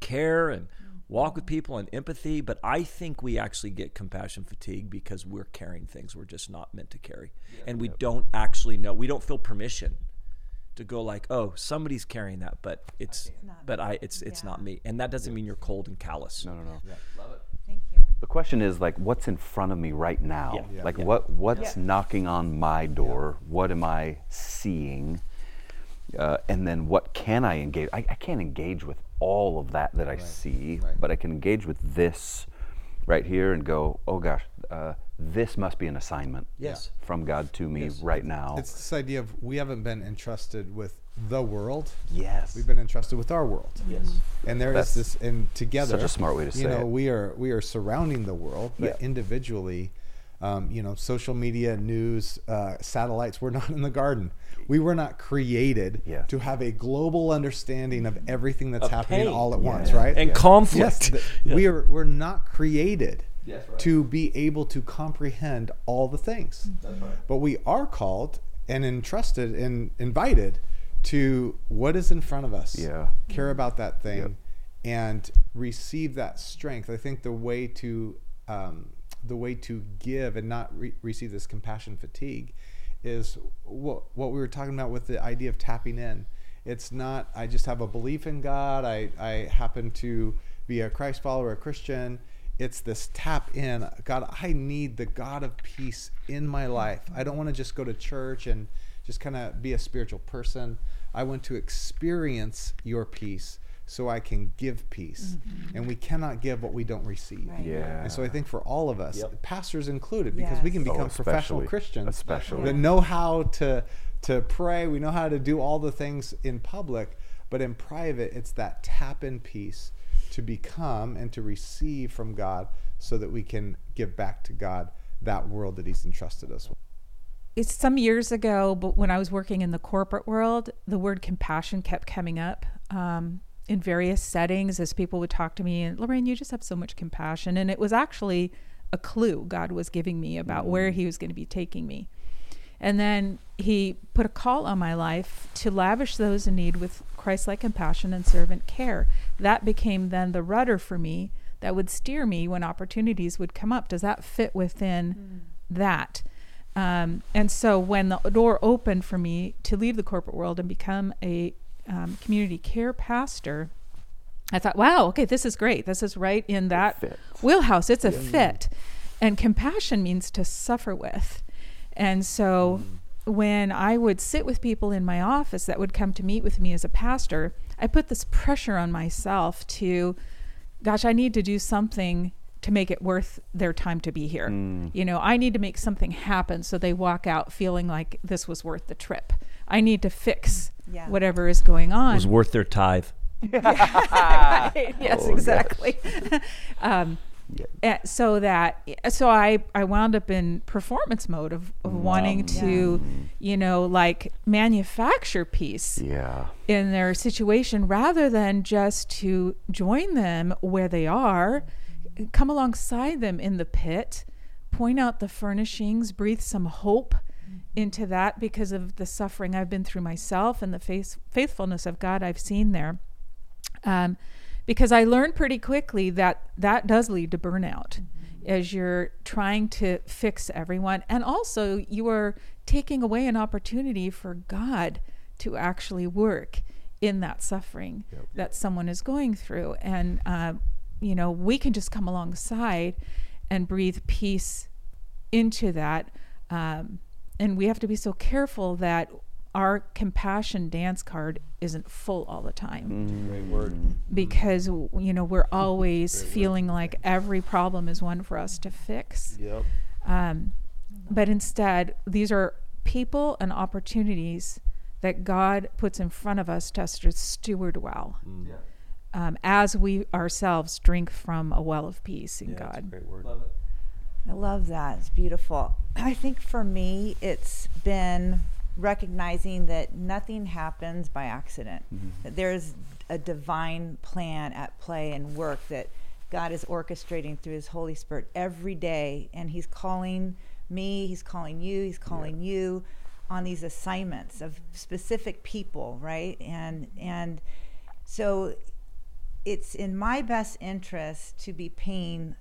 S4: care and walk with people and empathy. But I think we actually get compassion fatigue because we're carrying things we're just not meant to carry. And we don't actually know, we don't feel permission to go like, oh, somebody's carrying that, but it's,
S6: not
S4: but I, it's, it's not me. And that doesn't mean you're cold and callous.
S3: No, no, no.
S6: Thank you.
S3: The question is like, what's in front of me right now?
S4: Yeah. Yeah.
S3: Like, what what's knocking on my door? What am I seeing? Uh, and then what can I engage? I, I can't engage with all of that that I see,
S7: Right.
S3: but I can engage with this right here and go, oh gosh, uh, this must be an assignment
S4: Yes.
S3: from God to me right now.
S7: It's this idea of we haven't been entrusted with the world.
S3: yes.
S7: We've been entrusted with our world. Yes. And there is
S3: That's
S7: this and together
S3: such a smart way to
S7: you
S3: say
S7: know,
S3: it.
S7: we are we are surrounding the world, but
S3: Yeah.
S7: individually, um, you know, social media, news, uh, satellites, we're not in the garden. We were not created
S3: Yeah.
S7: to have a global understanding of everything that's
S4: Of
S7: happening
S4: pain.
S7: all at
S3: Yeah.
S7: once, right?
S4: and conflict.
S7: Yes, th- we are. We're not created
S1: Yes, right.
S7: to be able to comprehend all the things, but we are called and entrusted and invited to what is in front of us.
S3: Yeah.
S7: care about that thing and receive that strength. I think the way to um, the way to give and not re- receive this compassion fatigue is what what we were talking about with the idea of tapping in. It's not I just have a belief in God. I I happen to be a Christ follower, a Christian. It's this tap in. God, I need the God of peace in my life. I don't want to just go to church and just kind of be a spiritual person. I want to experience your peace so I can give peace. And we cannot give what we don't receive.
S3: Yeah.
S7: And so I think for all of us, pastors included, because we can
S6: Yes.
S7: become professional
S3: Oh, especially.
S7: Christians
S3: Especially.
S7: that know how to to pray, we know how to do all the things in public, but in private it's that tap in piece to become and to receive from God so that we can give back to God that world that he's entrusted us with.
S5: it's some years ago, but when I was working in the corporate world, the word compassion kept coming up um, in various settings as people would talk to me and Lorraine, you just have so much compassion. And it was actually a clue God was giving me about where He was going to be taking me. And then He put a call on my life to lavish those in need with Christ like compassion and servant care. That became then the rudder for me that would steer me when opportunities would come up. Does that fit within that? Um, and so when the door opened for me to leave the corporate world and become a um, community care pastor, I thought, wow, okay, this is great. This is right in that wheelhouse. It's a fit. And compassion means to suffer with. And so
S4: Mm-hmm.
S5: when I would sit with people in my office that would come to meet with me as a pastor, I put this pressure on myself to, gosh, I need to do something to make it worth their time to be here.
S4: Mm.
S5: You know, I need to make something happen so they walk out feeling like this was worth the trip. I need to fix
S6: Yeah.
S5: whatever is going on.
S4: It was worth their tithe.
S5: Right.
S4: Oh,
S5: Yes, exactly. um, eh, So that eh, so I I wound up in performance mode of, of wanting to, you know, like manufacture peace
S3: yeah.
S5: in their situation rather than just to join them where they are, come alongside them in the pit, point out the furnishings, breathe some hope into that because of the suffering I've been through myself and the faith, faithfulness of God I've seen there. Um, because I learned pretty quickly that that does lead to burnout as you're trying to fix everyone. And also, you are taking away an opportunity for God to actually work in that suffering that someone is going through. And, uh, you know, we can just come alongside and breathe peace into that. Um, and we have to be so careful that our compassion dance card isn't full all the time because w- you know we're always feeling like every problem is one for us to fix. Yep. Um, but instead, these are people and opportunities that God puts in front of us to us to steward well, um, as we ourselves drink from a well of peace in God.
S6: I love that. It's beautiful. I think for me, it's been recognizing that nothing happens by accident, that there's a divine plan at play and work that God is orchestrating through His Holy Spirit every day. And He's calling me, He's calling you, He's calling you on these assignments of specific people, right? And, and, so it's in my best interest to be paying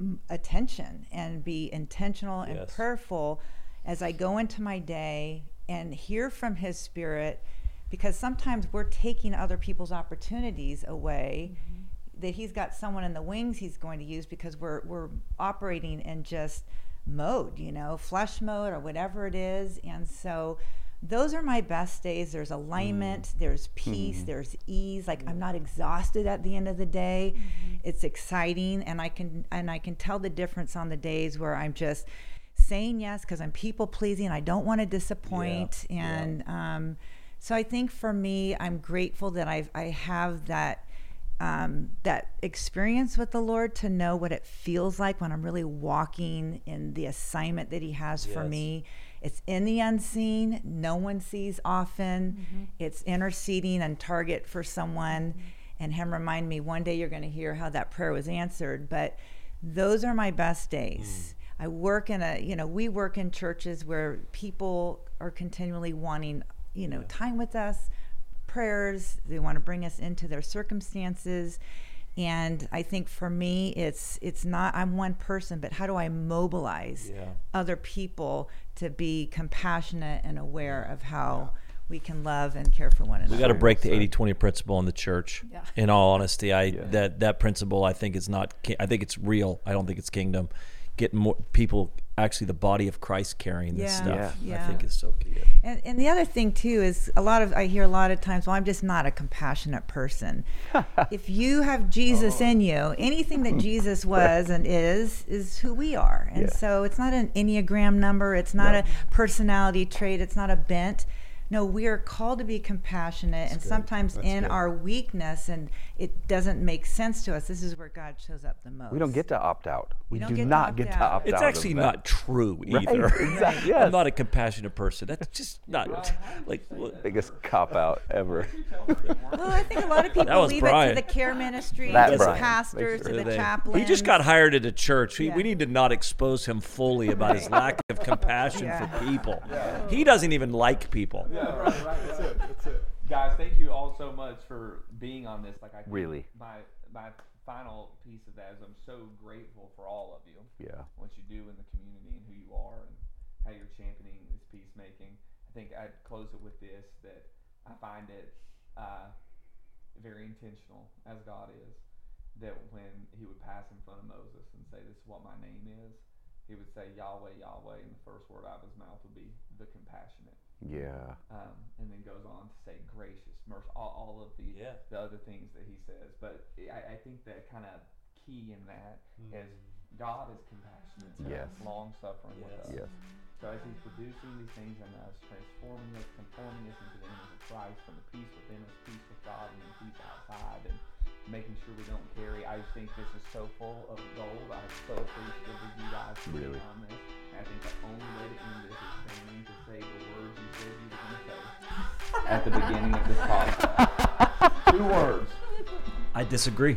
S6: m- attention and be intentional and
S4: Yes.
S6: prayerful as I go into my day and hear from His Spirit because sometimes we're taking other people's opportunities away. That he's got someone in the wings he's going to use because we're we're operating in just mode, you know, flesh mode or whatever it is. And so those are my best days. There's alignment, there's peace, there's ease. Like I'm not exhausted at the end of the day. It's exciting and I can and I can tell the difference on the days where I'm just saying yes because I'm people pleasing. I don't want to disappoint and um so I think for me I'm grateful that I've I have that um, that experience with the Lord to know what it feels like when I'm really walking in the assignment that He has for me. It's in the unseen, no one sees often. It's interceding on target for someone. And Him remind me one day you're going to hear how that prayer was answered. But those are my best days. I work in a, you know, we work in churches where people are continually wanting, you know, time with us, prayers. They want to bring us into their circumstances. And I think for me, it's it's not I'm one person, but how do I mobilize
S4: Yeah.
S6: other people to be compassionate and aware of how we can love and care for one another?
S4: We got to break the 80-20 principle in the church. In all honesty, I that that principle I think is not. ki- I think it's real. I don't think it's kingdom. Getting more people, actually, the body of Christ carrying this
S6: Yeah.
S4: stuff.
S6: Yeah.
S4: I think is so key.
S6: And, and the other thing too is a lot of I hear a lot of times, well, I'm just not a compassionate person. if you have Jesus
S3: Oh.
S6: in you, anything that Jesus was and is is who we are. And so it's not an enneagram number, it's not a personality trait, it's not a bent. No, we are called to be compassionate, and sometimes in our weakness, and it doesn't make sense to us. This is where God shows up the most.
S3: We don't get to opt out. We
S6: don't
S3: do
S6: get to
S3: not
S6: opt
S3: get
S6: out.
S3: to opt out.
S4: It's
S3: of
S4: actually
S3: that.
S4: not true either.
S3: exact-
S4: I'm
S3: yes.
S4: not a compassionate person. That's just not like. what-
S3: biggest cop out ever.
S6: Well, I think a lot of people
S4: was
S6: leave it
S4: Brian.
S6: to the care ministry,
S3: That
S6: to the
S3: Brian.
S6: pastors,
S3: Makes
S6: to the
S4: They-
S6: chaplains.
S4: He just got hired at a church. We,
S6: Yeah.
S4: we need to not expose him fully about his lack of compassion
S6: Yeah.
S4: for people. He doesn't even like people.
S1: right, right. That's it. That's it. Guys, thank you all so much for being on this. Like I think
S3: Really.
S1: my my final piece of that is I'm so grateful for all of you.
S3: Yeah.
S1: What you do in the community and who you are and how you're championing this peacemaking. I think I'd close it with this that I find it uh, very intentional as God is that when he would pass in front of Moses and say, This is what my name is, he would say, Yahweh, Yahweh, and the first word out of his mouth would be the compassionate
S3: Yeah.
S1: um, and then goes on to say gracious, mercy, all, all of the
S4: Yeah.
S1: the other things that he says. But I, I think the kind of key in that is God is compassionate, to us,
S3: Yes.
S1: long suffering with us.
S3: Yes.
S1: So as he's producing these things in us, transforming us, conforming us into the image of Christ, from the peace within us, peace with God, and then peace outside, and making sure we don't carry. I just think this is so full of gold. I'm so appreciative of you guys for being
S3: Really.
S1: on this. And I think the only way to end this is for me to say the words you said you were going to say at the beginning of this podcast. Two words.
S4: I disagree.